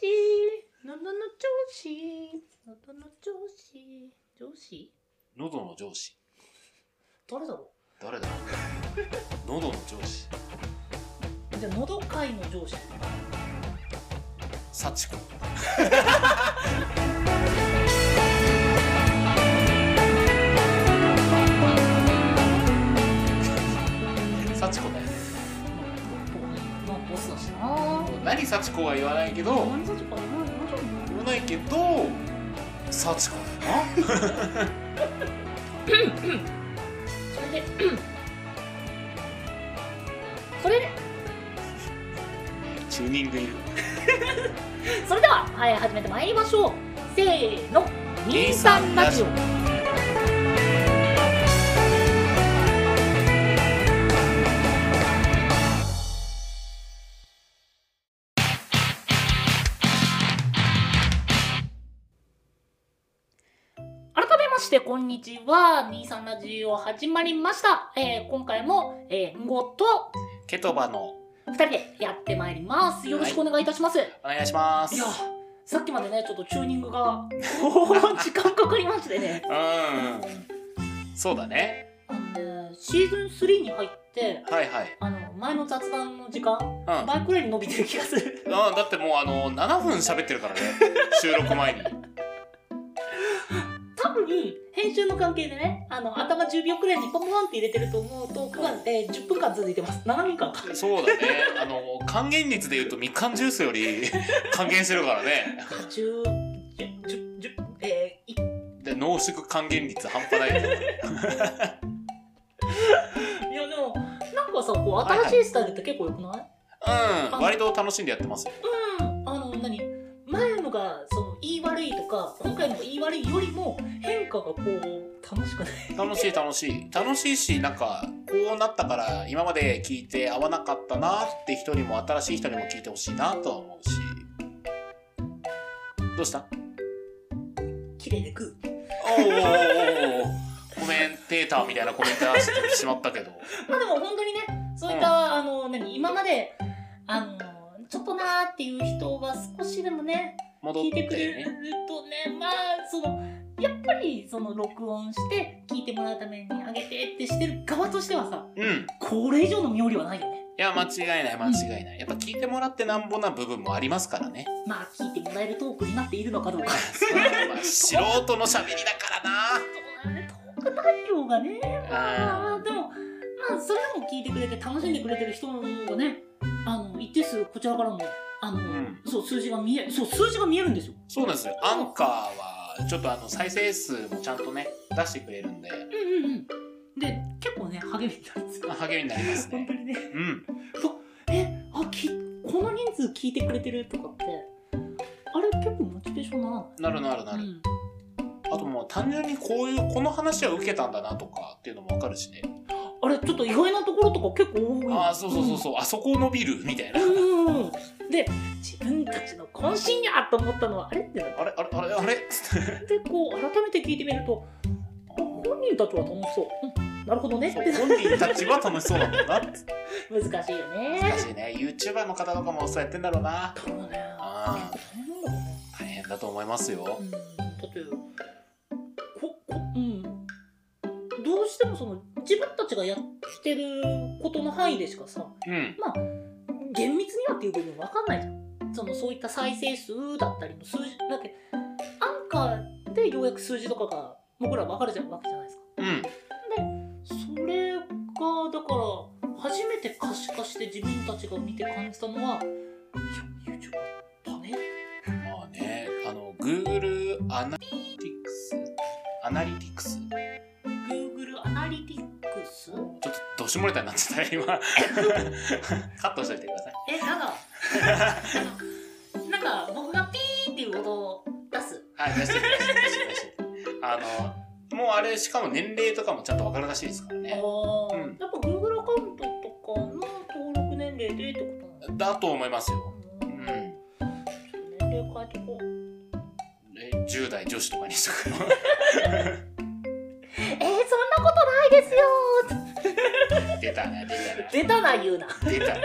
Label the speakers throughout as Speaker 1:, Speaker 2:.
Speaker 1: 子喉の調子喉の調子上司
Speaker 2: 喉の上司
Speaker 1: 誰だろ
Speaker 2: 誰 だ喉の上司
Speaker 1: うじゃあ喉界の上司
Speaker 2: 幸子幸子だよね
Speaker 1: まあボスだしな
Speaker 2: 何幸子は言わないけど
Speaker 1: 何歳かな何歳
Speaker 2: 言わないけど幸子だよな
Speaker 1: それで それで
Speaker 2: チューニングいる
Speaker 1: それでは、はい、始めてまいりましょうせーの
Speaker 2: 二
Speaker 1: 二
Speaker 2: 三
Speaker 1: 三
Speaker 2: ラ
Speaker 1: ラ
Speaker 2: ジ
Speaker 1: ジ
Speaker 2: オ
Speaker 1: オ改めましてこんにちは23ラジオ始まりました、えー今回も、えー、んごと
Speaker 2: ケトバの
Speaker 1: 2人でやってまいりますよろしくお願いいたします、
Speaker 2: お願いします
Speaker 1: いやさっきまでねちょっとチューニング が時間かかりましてね
Speaker 2: うんそうだね
Speaker 1: あのねシーズン3に入って
Speaker 2: はいはい
Speaker 1: あの前の雑談の時間
Speaker 2: うん
Speaker 1: 倍くらいに伸びてる気がする
Speaker 2: あだってもうあの7分喋ってるからね収録前に
Speaker 1: 多分編集の関係でねあの頭10秒くらいにポンポンって入れてると思うと9月で10分間続いてます7分間か
Speaker 2: そうだねあの還元率で言うとみかんジュースより 還元してるからね
Speaker 1: 10 10 10 10えー、い
Speaker 2: で濃縮還元率半端ないね
Speaker 1: いやでもなんかさこう新しいスタイルって結構よくない、
Speaker 2: うん割と楽しんでやってますよ
Speaker 1: うん、あの何前のがその言い悪いとか今回の言い悪いよりも変化がこう楽しくない
Speaker 2: 楽しい楽しい楽しいしなんかこうなったから今まで聞いて合わなかったなって人にも新しい人にも聞いてほしいなとは思うしどうした
Speaker 1: 綺麗で食う
Speaker 2: おーおーおーおー コメンテーターみたいなコメント出してしまったけど
Speaker 1: まあでも本当にねそういった、あの何今まであのちょっとなーっていう人が少しでもね
Speaker 2: 戻っ
Speaker 1: 聞い
Speaker 2: て
Speaker 1: てくれる
Speaker 2: ね
Speaker 1: とねまあそのやっぱりその録音して聞いてもらうためにあげてってしてる側としてはさ
Speaker 2: うん
Speaker 1: これ以上の妙利はないよね
Speaker 2: いや、間違いない、間違いない。やっぱ聞いてもらってなんぼな部分もありますからね。
Speaker 1: まあ聞いてもらえるトークになっているのかどうか
Speaker 2: まあ素人の喋りだか
Speaker 1: そうだねトーク内容がね
Speaker 2: らな。
Speaker 1: あーでもまあそれでも聞いてくれて楽しんでくれてる人がねあの一定数こちらからもあの、
Speaker 2: ん
Speaker 1: そう数字が見えそう数字が見えるんですよ
Speaker 2: そうなんですよ。アンカーは、ちょっとあの、再生数もちゃんとね、出してくれるんで、
Speaker 1: うんうんうんで結構ね励みになるんですよ
Speaker 2: まあ励みになります
Speaker 1: 本
Speaker 2: ね
Speaker 1: 当。にね
Speaker 2: うん。
Speaker 1: えあきこの人数聞いてくれてるとかってあれ結構モチベーションなら
Speaker 2: なるなるな
Speaker 1: ない
Speaker 2: る。あともう単純にこういう、この話は受けたんだなとかっていうのもわかるしね。
Speaker 1: あれちょっと意外なところとか結構多い
Speaker 2: ああ、そうそうそうそう、あそこ伸びるみたいな。
Speaker 1: うんで自分たちの渾身やと思ったのはあれってなって
Speaker 2: あれあれあれあれつって
Speaker 1: でこう改めて聞いてみると本人たちは楽しそう、うんなるほどねっ
Speaker 2: そ
Speaker 1: て
Speaker 2: う本人たちは楽しそうなんだなって。
Speaker 1: 難しいよね
Speaker 2: 難しいね。YouTuber の方とかもそうやってんだろうな。
Speaker 1: 多分ね
Speaker 2: あ
Speaker 1: 結構大
Speaker 2: 大変だと思いますよ。
Speaker 1: 変なんだろうねうんだってここうんどうしてもその自分たちがやってることの範囲でしかさ
Speaker 2: うん。
Speaker 1: 厳密にはっていう部分分かんないじゃんそのそういった再生数だったりの数字だってアンカーでようやく数字とかが僕ら分かるじゃんわけじゃないですか
Speaker 2: うん。
Speaker 1: それがだから初めて可視化して自分たちが見て感じたのはいや YouTube だね
Speaker 2: まあね、あの、Google アナリティクス、アナリティクス、ち
Speaker 1: Google アナリティクス
Speaker 2: ょっとどしもれたになっちゃ ったよ、今。カットしといてください。
Speaker 1: えなんかあのなんか僕がピーっていう音を出す
Speaker 2: はい、出してください。出して出してあの、もうあれ、しかも年齢とかもちゃんとわかるらしいですから
Speaker 1: あ
Speaker 2: ね。
Speaker 1: あ、
Speaker 2: うん
Speaker 1: やっぱ Google アカウントとかの登録年齢でってことなんだ
Speaker 2: だと思いますよ。う。
Speaker 1: うんん
Speaker 2: え
Speaker 1: 年齢変えてこう
Speaker 2: 10代女子とかにしとく
Speaker 1: えー、そんなことないですよ
Speaker 2: 出たね、出
Speaker 1: 出たな言うな
Speaker 2: たね。出たね。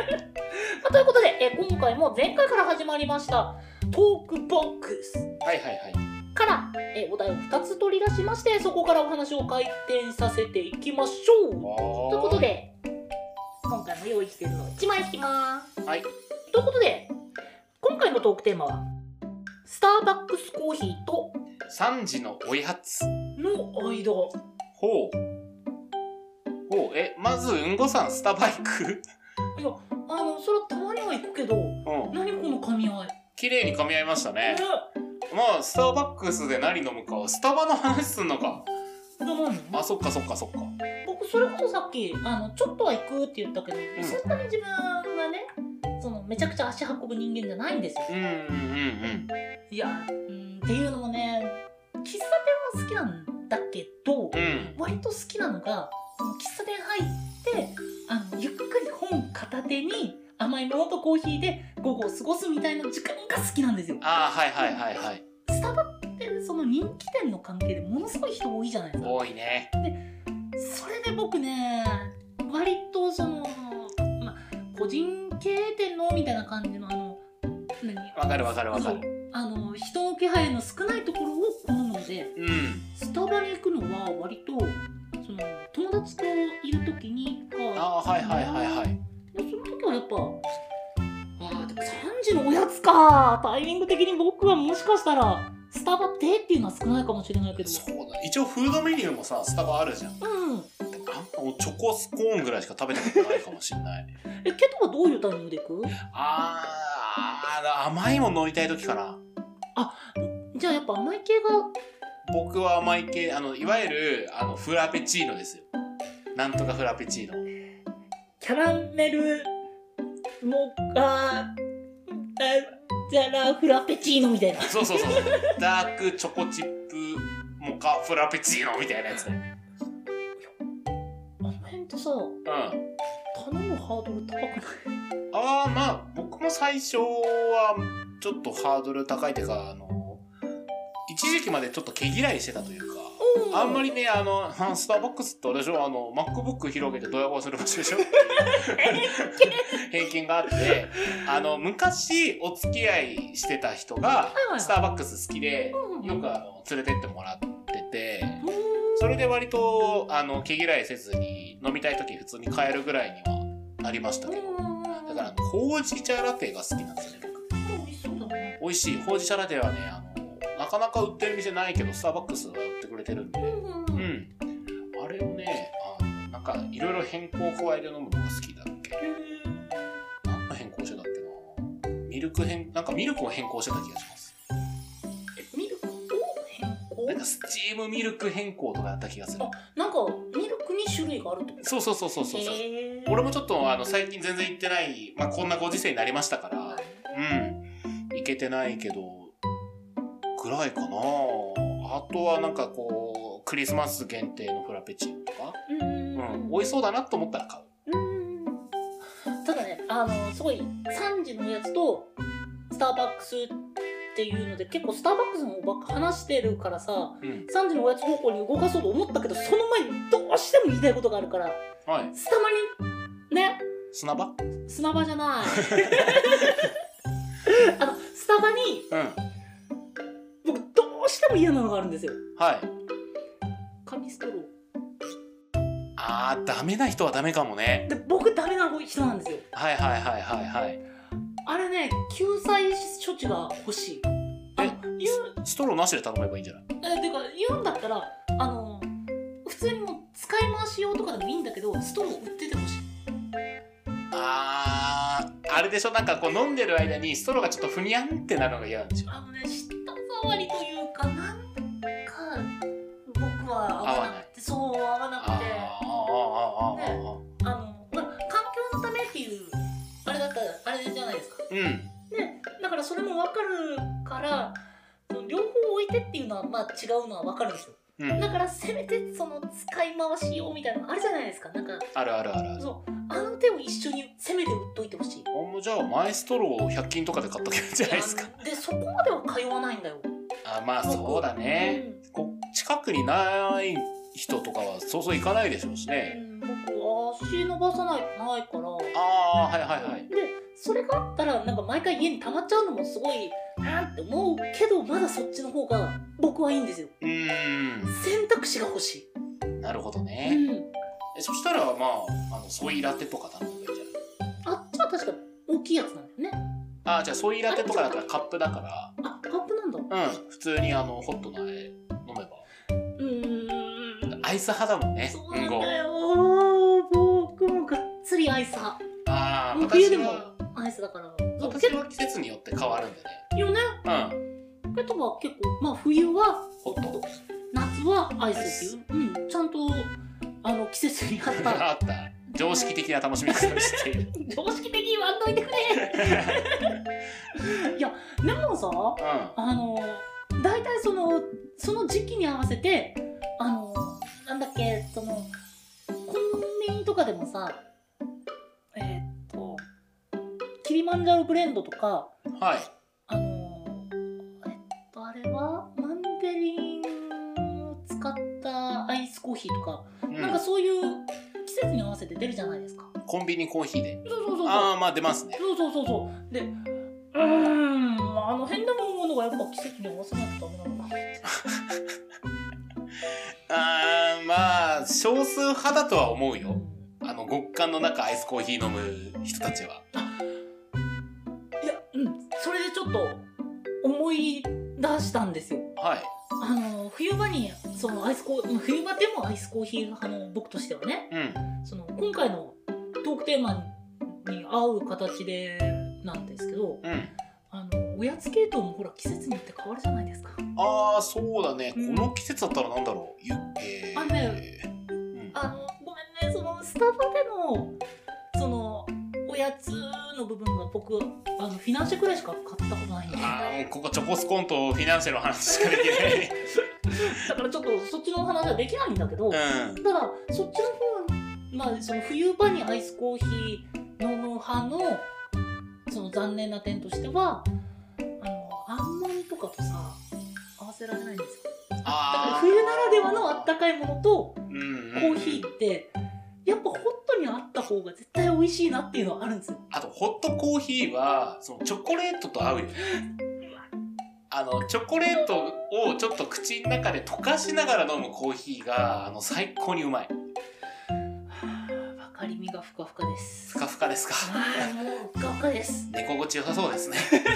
Speaker 1: まあということで、えー今回も前回から始まりました、トークボックス
Speaker 2: はいはいはい。
Speaker 1: から、えーお題を2つ取り出しましてそこからお話を回転させていきましょう
Speaker 2: と
Speaker 1: ということ。で今回も用意しているのを1枚引きます
Speaker 2: はい。
Speaker 1: ということで今回のトークテーマは「スターバックスコーヒーと
Speaker 2: 三時のおやつ。
Speaker 1: の間」
Speaker 2: ほう。ほう。え、まず、うんごさん、スタバ行く
Speaker 1: あのそれはたまには行くけど
Speaker 2: うん。
Speaker 1: 何この噛み合い
Speaker 2: 綺麗に噛み合いました
Speaker 1: ね。
Speaker 2: ねまあ、スターバックスで何飲むか、スタバの話すんのか。
Speaker 1: じゃあ何
Speaker 2: あ、そっかそっかそっか。
Speaker 1: 僕それこそさっきあのちょっとは行くって言ったけど、
Speaker 2: ん
Speaker 1: そんなに自分はねそのめちゃくちゃ足運ぶ人間じゃないんですよ、
Speaker 2: うんうんうん
Speaker 1: いやうんっていうのもね喫茶店は好きなんだけど、
Speaker 2: うん。うん。
Speaker 1: 割と好きなのがその喫茶店入ってあのゆっくり本片手に甘いものとコーヒーで午後を過ごすみたいな時間が好きなんですよ
Speaker 2: ああ、はいはいはいはい。
Speaker 1: スタバってその人気店の関係でものすごい人多いじゃないですか
Speaker 2: 多いね。
Speaker 1: それで僕ね割とその、ま、個人経営店のみたいな感じのあの何
Speaker 2: わかるわかるわかる。
Speaker 1: あの人の気配の少ないところを好むので
Speaker 2: うん。
Speaker 1: スタバに行くのは割とその友達といる時にか
Speaker 2: ああー、はいはいはいはい。
Speaker 1: その時はやっぱああでも3時のおやつかタイミング的に僕はもしかしたらスタバでっていうのは少ないかもしれないけど
Speaker 2: そうだ一応フードメニューもさスタバあるじゃんあ
Speaker 1: うん
Speaker 2: んまチョコスコーンぐらいしか食べたことないかもしんない
Speaker 1: えケトはどういうタイミングで行く
Speaker 2: あーあー甘いもの飲みたい時かな
Speaker 1: じゃあやっぱ甘い系が
Speaker 2: 僕は甘い系あのいわゆるあのフラペチーノですよなんとかフラペチーノ
Speaker 1: キャラメルモカジャラフラペチーノみたいな
Speaker 2: そうそうそうダークチョコチップモカフラペチーノみたいなやつね
Speaker 1: あの辺ってさ
Speaker 2: うんあ
Speaker 1: 頼むハードル高くない
Speaker 2: あーまあ僕も最初はちょっとハードル高いっていうかあの一時期までちょっと毛嫌いしてたというかあんま
Speaker 1: り
Speaker 2: りね、あの、ハスターボックスってあれでしょあの、MacBook 広げてドヤ顔する場所で しょ偏見があって、あの、昔お付き合いしてた人が
Speaker 1: いは、い
Speaker 2: スターバックス好きで、よくあの、連れてってもらってて、それで割と、あの、毛嫌いせずに、飲みたい時普通に買えるぐらいにはなりましたけど、だからあの、ほうじ茶ラテが好きなんですよね。美味しい。ほうじ茶ラテはね、あの、なかなか売ってる店ないけど、スターバックスが売ってくれてるんで、うん、あれをねあのなんかいろいろ変更を加えて飲むのが好きだっけ何の変更してたっけなミルク変なんかミルクを変更してた気がします
Speaker 1: ミルクを変更
Speaker 2: なんかスチームミルク変更とかやった気がする
Speaker 1: あなんかミルクに種類があるってこと
Speaker 2: そうそうそうそうそうそう
Speaker 1: へー
Speaker 2: 俺もちょっとあの最近全然行ってない、まあ、こんなご時世になりましたからうん行けてないけどぐらいかなあとはなんかこうクリスマス限定のフラペチーノとか、
Speaker 1: うんうんう
Speaker 2: うん、
Speaker 1: ん
Speaker 2: 美味しそうだなと思ったら買う
Speaker 1: うんただねあのすごい3時のやつとスターバックスっていうので結構スターバックスの方ばっか話してるからさ
Speaker 2: うん
Speaker 1: 3時のおやつ方向に動かそうと思ったけどその前にどうしても言いたいことがあるから
Speaker 2: はい
Speaker 1: スタマにね
Speaker 2: 砂場
Speaker 1: 砂場じゃないあのスタバに
Speaker 2: うん
Speaker 1: 僕どうしても嫌なのがあるんですよ
Speaker 2: はい
Speaker 1: 紙ストロ
Speaker 2: あーダメな人はダメかもね
Speaker 1: ーで僕ダメな人なんですよ
Speaker 2: はいはいはいはいはい
Speaker 1: あれね救済処置が欲しいあの言う
Speaker 2: ストローなしで頼めばいいんじゃない
Speaker 1: えてか言うんだったらあの普通にもう使い回し用とかでもいいんだけどストロー売っててほしい
Speaker 2: あーあれでしょなんかこう飲んでる間にストローがちょっとふにゃんってなるのが嫌なんでしょ
Speaker 1: あのね舌触りというかなんか僕は合わなくてそう合わな
Speaker 2: あーあーあー
Speaker 1: くて
Speaker 2: あーあ
Speaker 1: あのほら環境のためっていうあれだったらあれじゃないですか
Speaker 2: ーうん
Speaker 1: ねだからそれも分かるからその両方置いてっていうのはまあ違うのは分かるんですよ
Speaker 2: うん
Speaker 1: だからせめてその使い回し用みたいなのあるじゃないですかなんか
Speaker 2: あるあるあるある
Speaker 1: そうあの手を一緒にせめて売っといてほしい
Speaker 2: あんまじゃあマイストローを100均とかで買っとけばいいんじゃないですか
Speaker 1: いやでそこまでは通わないんだよ、
Speaker 2: あーまあそうだねこう近くにない人とかはそうそう行かないでしょうし
Speaker 1: う
Speaker 2: ね
Speaker 1: ん、僕足伸ばさないとないから
Speaker 2: ああはいはいはい
Speaker 1: でそれがあったらなんか毎回家に溜まっちゃうのもすごいあーって思うけどまだそっちの方が僕はいいんですよ
Speaker 2: うー
Speaker 1: 選択肢が欲し
Speaker 2: んなるほど
Speaker 1: い、
Speaker 2: ね、えそしたらまああのソイラテとか頼んでんじゃない
Speaker 1: あっちは確か大きいやつなんだよね
Speaker 2: あーじゃあソイラテとかだったらカップだか
Speaker 1: あカップなんだう
Speaker 2: らうん普通にあのホットなあれ飲めば
Speaker 1: ーん
Speaker 2: アイス派だもんね
Speaker 1: そう
Speaker 2: う
Speaker 1: なんん
Speaker 2: ご
Speaker 1: だよ僕もがっつりアイス派
Speaker 2: ああ
Speaker 1: もう冬
Speaker 2: 私
Speaker 1: でも
Speaker 2: は
Speaker 1: アイスだからそう
Speaker 2: 私
Speaker 1: 結
Speaker 2: は季節によって変わるんで
Speaker 1: 構よね
Speaker 2: ねうん
Speaker 1: けどは結構まあ冬は
Speaker 2: ホット
Speaker 1: 夏はアイスっていう、うん、ちゃんとあの季節に合った
Speaker 2: あった常識的な楽しみ方をしている
Speaker 1: 常識的に言わんといてくれ いやでもさ
Speaker 2: うんは
Speaker 1: あの大体そのその時期に合わせてあのなんだっけそのコンビニとかでもさえーっとキリマンジャロブレンドとか
Speaker 2: い
Speaker 1: あのえっとあれはマンデリンを使ったアイスコーヒーとか、
Speaker 2: うん
Speaker 1: なんかそういう季節に合わせて出るじゃないですか
Speaker 2: コンビニコーヒーで
Speaker 1: そうそうそうそう
Speaker 2: ああまあ出ますね
Speaker 1: そうそうそうそうでうーんあの変なものがやっぱ季節に合わせないとダメなのかな
Speaker 2: あーまあ少数派だとは思う
Speaker 1: う
Speaker 2: よ
Speaker 1: ん
Speaker 2: あの極寒の中アイスコーヒー飲む人たちはい
Speaker 1: や、うん、それでちょっと思い出したんですよ。
Speaker 2: はい
Speaker 1: あの冬場にそのアイスコー冬場でもアイスコーヒー派の僕としてはね、
Speaker 2: うん
Speaker 1: その今回のトークテーマに合う形でなんですけど、
Speaker 2: うん
Speaker 1: あのおやつ系統もほら季節によって変わるじゃないですか。
Speaker 2: ああそうだね、
Speaker 1: うん
Speaker 2: この季節だったらなんだろうユッケ
Speaker 1: あね
Speaker 2: うん
Speaker 1: あのごめんねそのスタバでのそのおやつの部分が僕あのフィナンシェくらいしか買ったことないんで。
Speaker 2: あーもうここチョコスコーンとフィナンシェの話しかでき
Speaker 1: だからちょっとそっちのお話はできないんだけど、
Speaker 2: ないうん
Speaker 1: ただそっちの方はまあその冬場にアイスコーヒー飲む派のその残念な点としてはあのアンモニとかとさ合わせられないんですよだから
Speaker 2: あ
Speaker 1: 冬ならではのあったかいものと
Speaker 2: コ
Speaker 1: コーヒーってやっぱホットにあった方が絶対美味しいなっていうのはあるんですよ
Speaker 2: あとホットコーヒーはそのチョコレートと合うよねあのチョコレートをちょっと口の中で溶かしながら飲むコーヒーがあの最高にうまい
Speaker 1: わかりみがふかふかです
Speaker 2: ふかふかですか
Speaker 1: はいもうふかふかです
Speaker 2: 寝心地良さそうですねそうコ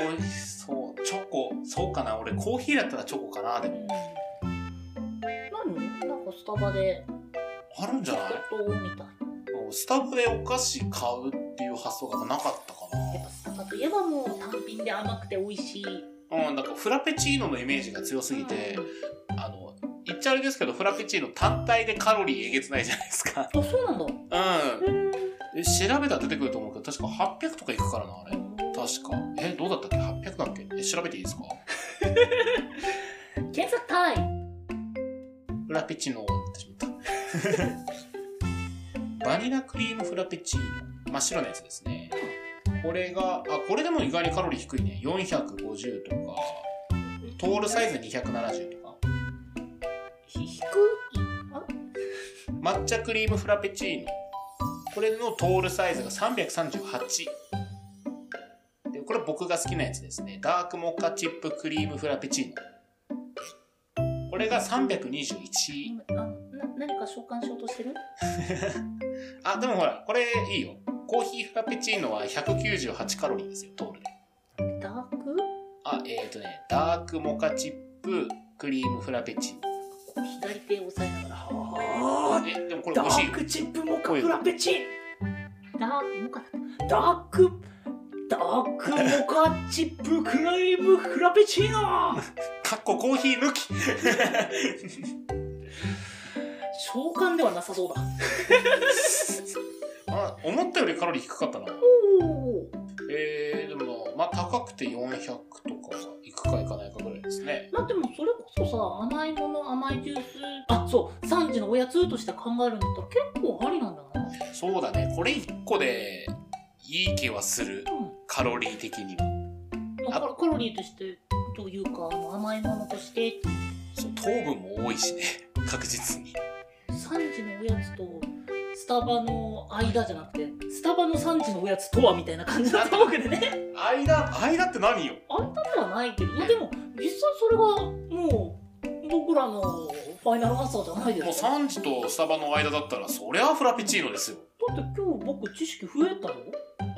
Speaker 2: ーヒーそうチョコそうかな俺コーヒーだったらチョコかなで
Speaker 1: う
Speaker 2: も
Speaker 1: ん何なんかスタバで
Speaker 2: あるんじゃない
Speaker 1: ちょっとみたい
Speaker 2: スタバでお菓子買うっていう発想がなかったか
Speaker 1: やっぱスタバといえばもう単品で甘くて美味しい
Speaker 2: なうんなんかフラペチーノのイメージが強すぎて、あの言っちゃあれですけどフラペチーノ単体でカロリーえげつないじゃないですか
Speaker 1: あそうなんだ
Speaker 2: うんえ調べたら出てくると思うけど確か800とかいくからなあれ確かえどうだったっけ800だっけえ調べていいですか
Speaker 1: 検索タイム
Speaker 2: フラペチーノをやってしまった。 バニラクリームフラペチーノ。真っ白なやつですね。これが、あ、これでも意外にカロリー低いね。450とか、トールサイズ270とか。
Speaker 1: ひ低いあ
Speaker 2: 抹茶クリームフラペチーノ。これのトールサイズが338。で、これ僕が好きなやつですね。ダークモカチップクリームフラペチーノ。これが321。
Speaker 1: あな何か召喚しようとしてる
Speaker 2: あ、でもほら、これいいよ。コーヒーフラペチーノは198カロリーですよ、トールで。
Speaker 1: ダーク
Speaker 2: あ、えっ、ー、とね、ダークモカチップクリームフラペチーノ。
Speaker 1: 左手を押さえながら
Speaker 2: あえ、でもこれ美味しいよ。
Speaker 1: チップモ
Speaker 2: カフラ
Speaker 1: ペチダークモカだったダークダークモカチップクリームフラペチーノ
Speaker 2: かっこコーヒー抜き。
Speaker 1: 召喚ではなさそうだ
Speaker 2: あ、思ったよりカロリー低かったな。
Speaker 1: おお
Speaker 2: えー、でも、まあ高くて400とかいくかいかないかぐらいですね。
Speaker 1: まあでもそれこそさ甘いもの甘いジュースあそう3時のおやつとして考えるんだったら結構ありなんだな、
Speaker 2: そうだね、これ1個でいい気はする。
Speaker 1: う
Speaker 2: カロリー的には。
Speaker 1: んまあ、カロカロリーとしてというかあの甘いものとして
Speaker 2: そう糖分も多いしね、確実に。
Speaker 1: 3時のおやつとスタバの間じゃなくてスタバの産地のおやつとはみたいな感じだったわけでね
Speaker 2: 間間って何よ
Speaker 1: 間ではないけどまあでも実際それがもう僕らのファイナルアンサーじゃないで
Speaker 2: もう
Speaker 1: すかだ
Speaker 2: 3時とスタバの間だったらそりゃフラペチーノですよ
Speaker 1: って今日僕知識増えたよ
Speaker 2: ああ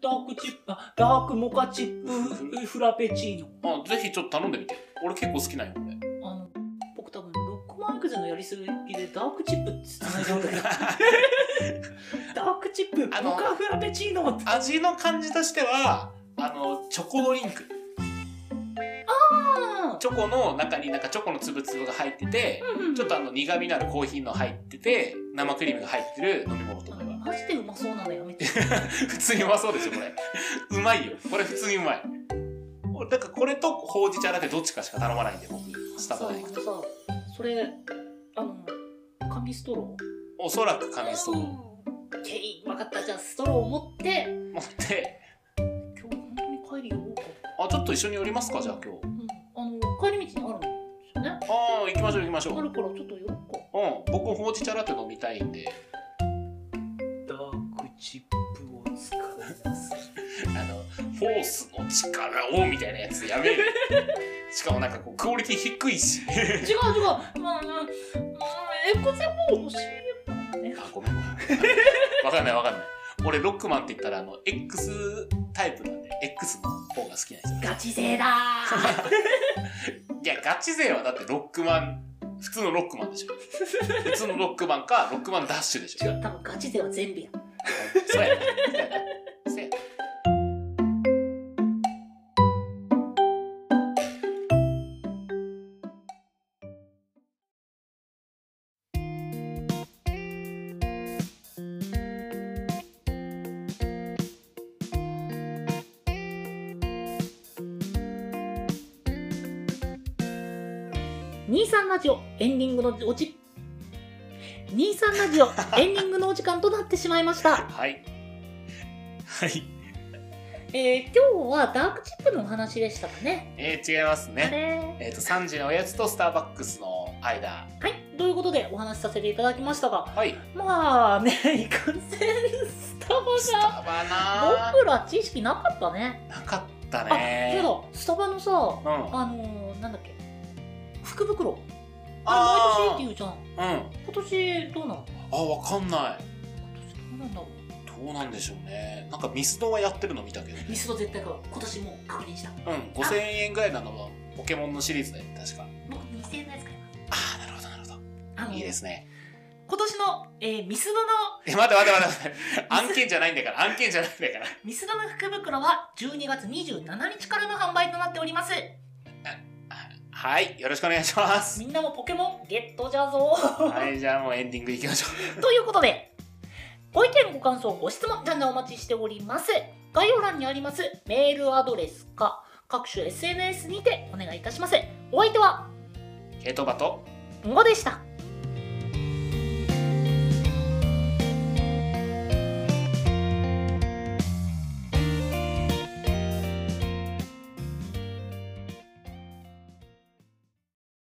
Speaker 1: ダークチップあダークモカチップフラペチーノ
Speaker 2: ああああぜひちょっと頼んでみて俺結構好きなんよこれ
Speaker 1: あの僕多分ロックマンクゼのやりすぎでダークチップって繋いじゃうんだ けどダークチップ
Speaker 2: あの
Speaker 1: モカフラペチーノって
Speaker 2: 味の感じとしてはあのチョコドリンクチョコの中になんかチョコの粒々が入っててちょっとあの苦味のあるコーヒーの入ってて生クリームが入ってる飲み物とか
Speaker 1: あの
Speaker 2: が
Speaker 1: マジでうまそうなのやめて
Speaker 2: 普通にうまそうでしょこれうまいよこれ普通にうまい俺なんかこれとほうじ茶だってどっちかしか頼まないんで僕スタバで行くと
Speaker 1: さあのさそれあの紙ストロー
Speaker 2: おそらく紙ストロー
Speaker 1: うんケイン分かったじゃあストローを持って
Speaker 2: 持って
Speaker 1: 今日本当に帰りようか、
Speaker 2: あちょっと一緒に寄りますかじゃあ今日
Speaker 1: うん、あの帰り道にあるんですよね
Speaker 2: ああ行きましょう行きましょう
Speaker 1: あ
Speaker 2: う
Speaker 1: るからちょっと寄ろうか
Speaker 2: ん僕ほうじ茶ラテ飲みたいんで
Speaker 1: ダークチップを使います
Speaker 2: あの、フォースの力をみたいなやつやめる。しかもなんかこう、クオリティ低いし。
Speaker 1: 違う違う、まあ、うんエコゼボーの CM だもんね。
Speaker 2: あ、ごめんごめん。 わかんないわかんない。俺、ロックマンって言ったら、あの、X タイプなんで、X の方が好きなんですよ。
Speaker 1: ガチ勢だー
Speaker 2: いや、ガチ勢はだってロックマン、普通のロックマンでしょ。普通のロックマンか、ロックマンダッシュでしょ。
Speaker 1: 違う、多分ガチ勢は全部や。
Speaker 2: そうやな。そうやな。
Speaker 1: 23ラジオエンディングのおじ、23ラ ジオエンディングのお時間となってしまいました。
Speaker 2: はい。はい。
Speaker 1: えー、今日はダークチップのお話でしたかね。
Speaker 2: えー、違います
Speaker 1: あ
Speaker 2: ね。
Speaker 1: れ
Speaker 2: えっ、と、3時のおやつとスターバックスの間。
Speaker 1: ーはい、ということでお話しさせていただきましたが、
Speaker 2: はい。
Speaker 1: まあね、いかんせん、スタ
Speaker 2: ス
Speaker 1: バが、
Speaker 2: タバな
Speaker 1: 僕ら知識なかったね。
Speaker 2: なかった
Speaker 1: あ、
Speaker 2: ね
Speaker 1: けど、スタバのさ、
Speaker 2: うんあ
Speaker 1: あのー、なんだっけ福袋あれ毎年
Speaker 2: あ
Speaker 1: っていうじゃん
Speaker 2: ー
Speaker 1: 今年どうなの
Speaker 2: うんあわかんない
Speaker 1: 今年どうなんだろ
Speaker 2: どうなんでしょうねなんかミスドはやってるの見たけどね
Speaker 1: うミスド絶対買う今年もう確認した
Speaker 2: うん5000円ぐらいなのはポケモンのシリーズだよね確か
Speaker 1: 僕2000円のやつ買いま
Speaker 2: ああなるほどなるほ
Speaker 1: すあの
Speaker 2: どいいですね
Speaker 1: 今年の、えーミスドの
Speaker 2: え待て待て待て待て案件じゃないんだから案件じゃないんだから
Speaker 1: ミスドの福袋は12月27日からの販売となっております
Speaker 2: はいよろしくお願いします
Speaker 1: みんなもポケモンゲットじゃぞ
Speaker 2: はいじゃあもうエンディングいきましょう
Speaker 1: ということでご意見ご感想ご質問じゃんじゃんお待ちしております概要欄にありますメールアドレスか各種 SNS にてお願いいたしますお相手は
Speaker 2: ケイトバと
Speaker 1: んごでした